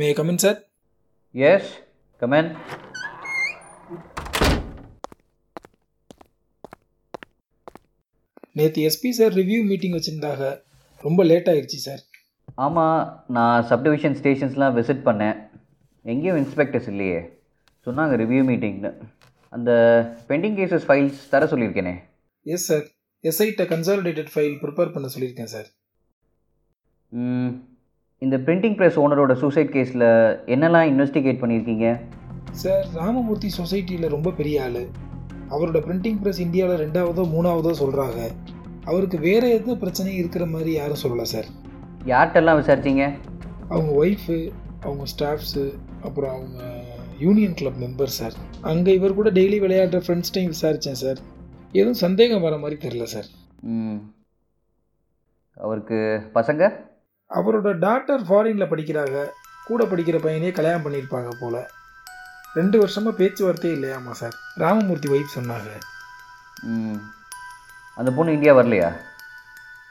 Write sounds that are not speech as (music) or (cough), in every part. மே come in sir yes come in நேற்று SP sir review meeting வச்சுருந்தாக ரொம்ப லேட் ஆயிடுச்சு சார் ஆமாம் நான் சப்டிவிஷன் ஸ்டேஷன்ஸ்லாம் விசிட் பண்ணேன் எங்கேயும் இன்ஸ்பெக்டர்ஸ் இல்லையே சொன்னாங்க ரிவ்யூ மீட்டிங்னு அந்த பெண்டிங் கேசஸ் ஃபைல்ஸ் தர சொல்லியிருக்கேனே எஸ் சார் எஸ்ஐட்ட கன்சாலிடேட்டட் ஃபைல் ப்ரிப்பேர் பண்ண சொல்லியிருக்கேன் சார் ம், இந்த பிரிண்டிங் ப்ரெஸ் ஓனரோட சூசைட் கேஸில் என்னெல்லாம் இன்வெஸ்டிகேட் பண்ணியிருக்கீங்க சார் ராமமூர்த்தி சொசைட்டியில் ரொம்ப பெரிய ஆள் அவரோட பிரிண்டிங் ப்ரெஸ் இந்தியாவில் ரெண்டாவதோ மூணாவதோ சொல்கிறாங்க அவருக்கு வேறு எந்த பிரச்சனையும் இருக்கிற மாதிரி யாரும் சொல்லலை சார் யார்கிட்டலாம் விசாரிச்சீங்க அவங்க ஒய்ஃபு அவங்க ஸ்டாஃப்ஸு அப்புறம் அவங்க யூனியன் கிளப் மெம்பர் சார் அங்கே இவர் கூட டெய்லி விளையாடுற ஃப்ரெண்ட்ஸ்டையும் விசாரித்தேன் சார் எதுவும் சந்தேகம் வர மாதிரி தெரில சார் ம். அவருக்கு பசங்க அவரோட டாட்டர் ஃபாரினில் படிக்கிறாங்க கூட படிக்கிற பையனே கல்யாணம் பண்ணியிருப்பாங்க போல் ரெண்டு வருஷமாக பேச்சுவார்த்தையே இல்லையாமா சார் ராமமூர்த்தி ஒய்ஃப் சொன்னாங்க ம். அந்த பொண்ணு இந்தியா வரலையா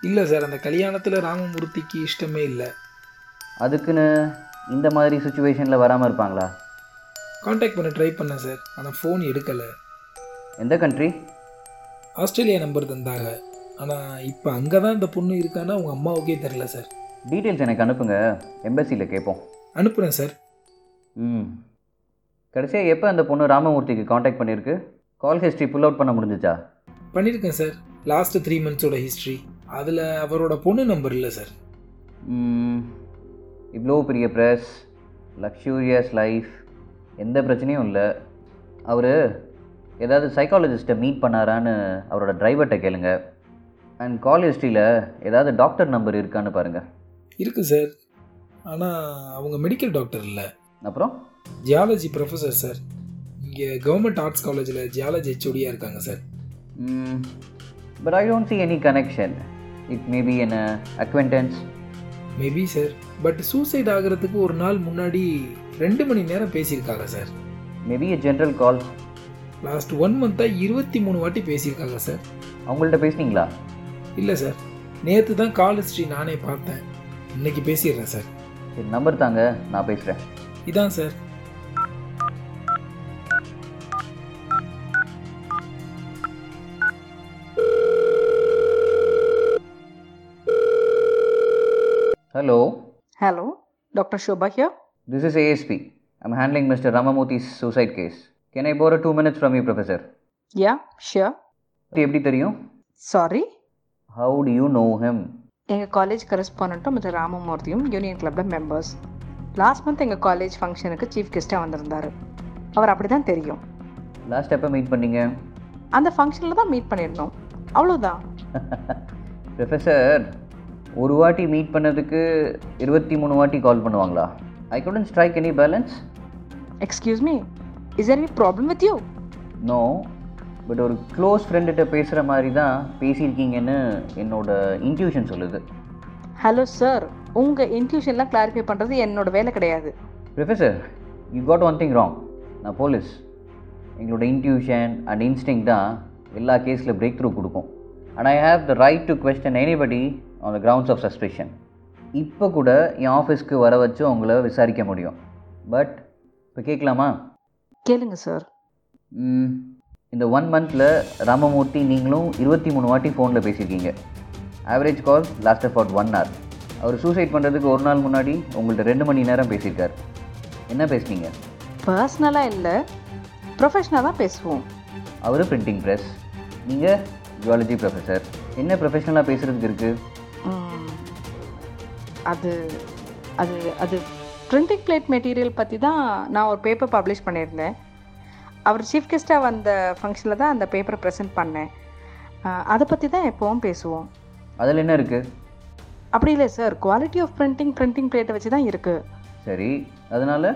இல்லை சார் அந்த கல்யாணத்தில் ராமமூர்த்திக்கு இஷ்டமே இல்லை அதுக்குன்னு இந்த மாதிரி சுச்சுவேஷனில் வராமல் இருப்பாங்களா காண்டாக்ட் பண்ண ட்ரை பண்ணேன் சார் ஆனால் ஃபோன் எடுக்கலை எந்த கண்ட்ரி ஆஸ்திரேலியா நம்பர் தந்தாங்க ஆனால் இப்போ அங்கே தான் இந்த பொண்ணு இருக்கான்னா அவங்க அம்மாவுக்கே தெரில சார் டீட்டெயில்ஸ் எனக்கு அனுப்புங்க எம்பசியில் கேட்போம் அனுப்புகிறேன் சார் ம் கடைசியாக எப்போ அந்த பொண்ணு ராமமூர்த்திக்கு காண்டாக்ட் பண்ணியிருக்கு கால் ஹிஸ்ட்ரி புல் அவுட் பண்ண முடிஞ்சுச்சா பண்ணியிருக்கேன் சார் லாஸ்ட்டு த்ரீ மந்த்ஸோட ஹிஸ்ட்ரி அதில் அவரோட பொண்ணு நம்பர் இல்லை சார் ம், இவ்வளோ பெரிய ப்ரெஸ் லக்ஸூரியஸ் லைஃப் எந்த பிரச்சனையும் இல்லை அவர் ஏதாவது சைக்காலஜிஸ்ட்டை மீட் பண்ணாரான்னு அவரோட டிரைவர்கிட்ட கேளுங்க அண்ட் கால் ஹிஸ்ட்ரியில் ஏதாவது டாக்டர் நம்பர் இருக்கான்னு பாருங்கள் இருக்குது சார் ஆனால் அவங்க மெடிக்கல் டாக்டர் இல்லை அப்புறம் ஜியாலஜி ப்ரொஃபஸர் சார் இங்கே கவர்மெண்ட் ஆர்ட்ஸ் காலேஜில் ஜியாலஜி ஹெச்ஓடியாக இருக்காங்க sir but I don't see any connection it maybe an acquaintance maybe sir but suicide ஆகிறதுக்கு ஒரு நாள் முன்னாடி ரெண்டு மணி நேரம் பேசியிருக்காங்க sir maybe a general call last one மந்த்தாக இருபத்தி மூணு வாட்டி பேசியிருக்காங்க சார் அவங்கள்ட்ட பேசுனீங்களா இல்லை சார் நேற்று தான் கால் ஹிஸ்ட்ரி நானே பார்த்தேன் இன்னைக்கு பேசிடுறேன் சார் சரி நம்பர் தாங்க நான் பேசுகிறேன் இதான் sir hello hello doctor Shobha here This is ASP. I'm handling Mr. Ramamurthy's suicide case. Can I borrow two minutes from you, Professor? Yeah sure இது எப்படி தெரியும் sorry how do you know him எங்கள் college கரஸ்பாண்டும் mister ராமமூர்த்தியும் union கிளப்பில் members last month எங்கள் college ஃபங்க்ஷனுக்கு chief கெஸ்ட்டாக வந்திருந்தார் அவர் அப்படி தான் தெரியும் லாஸ்ட் எப்போ மீட் பண்ணீங்க (laughs) அந்த ஃபங்க்ஷனில் தான் மீட் பண்ணியிருந்தோம் அவ்வளோதான் ப்ரொஃபஸர் ஒரு வாட்டி மீட் பண்ணதுக்கு இருபத்தி மூணு வாட்டி கால் பண்ணுவாங்களா I couldn't strike any balance excuse me is any problem with you no but ஒரு க்ளோஸ் ஃப்ரெண்டுகிட்ட பேசுகிற மாதிரி தான் பேசியிருக்கீங்கன்னு என்னோட இன்ட்யூஷன் சொல்லுது ஹலோ சார் உங்கள் இன்க்ளூஷன்லாம் கிளாரிஃபை பண்ணுறது என்னோட வேலை கிடையாது professor you got one thing wrong நான் போலீஸ் எங்களோட இன்ட்யூஷன் அண்ட் இன்ஸ்டிங் தான் எல்லா கேஸில் பிரேக் த்ரூ கொடுக்கும் and I have the right to question anybody on the grounds of suspicion இப்போ கூட என் ஆஃபீஸ்க்கு வர வச்சு உங்களை விசாரிக்க முடியும் பட் இப்போ கேட்கலாமா கேளுங்க சார் ம், இந்த ஒன் மந்தில் ராமமூர்த்தி நீங்களும் இருபத்தி மூணு வாட்டி ஃபோனில் பேசியிருக்கீங்க average call last about one hour அவர் சூசைட் பண்ணுறதுக்கு ஒரு நாள் முன்னாடி உங்கள்கிட்ட ரெண்டு மணி நேரம் பேசியிருக்கார் என்ன பேசுனீங்க பர்சனலாக இல்லை ப்ரொஃபஷனாக தான் பேசுவோம் அவர் பிரிண்டிங் ப்ரெஸ் நீங்கள் ஜுவாலஜி ப்ரொஃபஸர் என்ன ப்ரொஃபஷனலாக பேசுகிறதுக்கு இருக்குது ம், அது அது அது பிரிண்டிங் பிளேட் மெட்டீரியல் பற்றி தான் நான் ஒரு பேப்பர் பப்ளிஷ் பண்ணியிருந்தேன் அவர் சீஃப் கெஸ்ட்டாக வந்த ஃபங்க்ஷனில் தான் அந்த பேப்பரை ப்ரெசென்ட் பண்ணேன் அஹ், அதை பற்றி தான் எப்போவும் பேசுவோம் அதில் என்ன இருக்குது அப்படி இல்லை sir quality of printing printing பிளேட்டை வச்சு தான் இருக்குது சரி அதனால்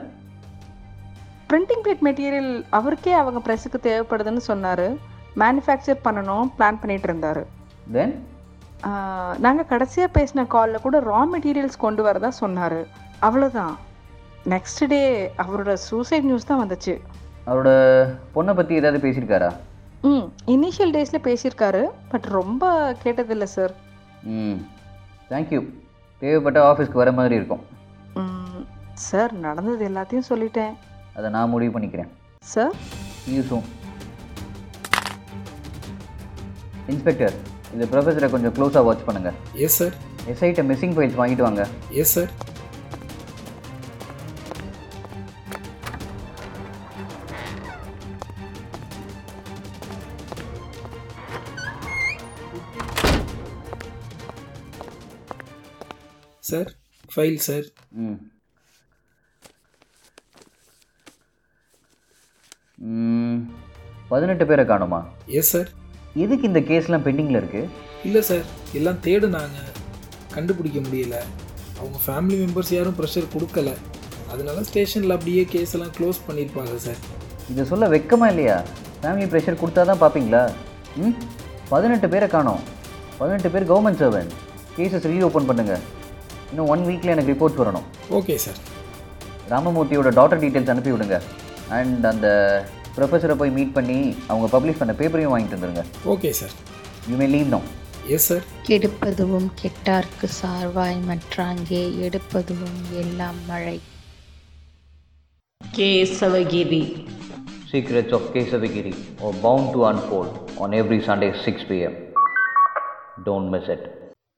பிரிண்டிங் பிளேட் மெட்டீரியல் அவருக்கே அவங்க ப்ரெஸ்ஸுக்கு தேவைப்படுதுன்னு சொன்னார் மேனுஃபேக்சர் பண்ணணும் பிளான் பண்ணிகிட்டு இருந்தார் தென் நாங்கள் கடைசியாக பேசின காலில் கூட ரா மெட்டீரியல்ஸ் கொண்டு வரதா சொன்னார் அவ்வளோதான் நெக்ஸ்ட் டே அவரோட சூசைட் நியூஸ் தான் வந்துச்சு அவரோட பொண்ணை பற்றி ஏதாவது பேசியிருக்காரா ம் இனிஷியல் டேஸில் பேசியிருக்காரு பட் ரொம்ப கேட்டதில்லை சார் ம் தேங்க்யூ தேவைப்பட்ட ஆஃபீஸ்க்கு வர மாதிரி இருக்கும் சார் நடந்தது எல்லாத்தையும் சொல்லிட்டேன் அதை நான் முடிவு பண்ணிக்கிறேன் சார் யூஸும் இன்ஸ்பெக்டர் இந்த ப்ரொஃபஸரை கொஞ்சம் க்ளோஸாக வாட்ச் பண்ணுங்கள் எஸ் சார் எஸ்ஐட்ட மிஸ்ஸிங் ஃபைல்ஸ் வாங்கிட்டு வாங்க yes sir sir file sir ம் ம், பதினெட்டு பேரை காணுமா எஸ் சார் எதுக்கு இந்த கேஸ்லாம் பெண்டிங்கில் இருக்குது இல்லை சார் எல்லாம் தேடுனாங்க கண்டுபிடிக்க முடியல அவங்க ஃபேமிலி மெம்பர்ஸ் யாரும் ப்ரெஷர் கொடுக்கல அதனால ஸ்டேஷனில் அப்படியே கேஸ் எல்லாம் க்ளோஸ் பண்ணியிருப்பாங்க சார் இதை சொல்ல வெக்கமா இல்லையா ஃபேமிலி ப்ரெஷர் கொடுத்தா தான் பார்ப்பீங்களா ம் பதினெட்டு பேரை காணோம் பதினெட்டு பேர் கவர்மெண்ட் சர்வெண்ட் கேசஸ் ரீஓப்பன் பண்ணுங்கள் இன்னும் ஒன் வீக்கில் எனக்கு ரிப்போர்ட்ஸ் வரணும் ஓகே சார் ராமமூர்த்தியோட டாட்டர் டீட்டெயில்ஸ் அனுப்பி விடுங்க அண்ட் அந்த ப்ரொஃபஸரை போய் மீட் பண்ணி அவங்க பப்ளிஷ் பண்ண பேப்பரையும் வாங்கிட்டு வந்துருங்க okay sir you may leave no yes sir கெடுப்பதுவும் கெட்டார்க்கு சார்வாய் மற்றாங்கே எடுப்பதுவும் எல்லாம் மழை Kesavagiri secrets of Kesavagiri are bound to unfold on every Sunday six PM don't miss it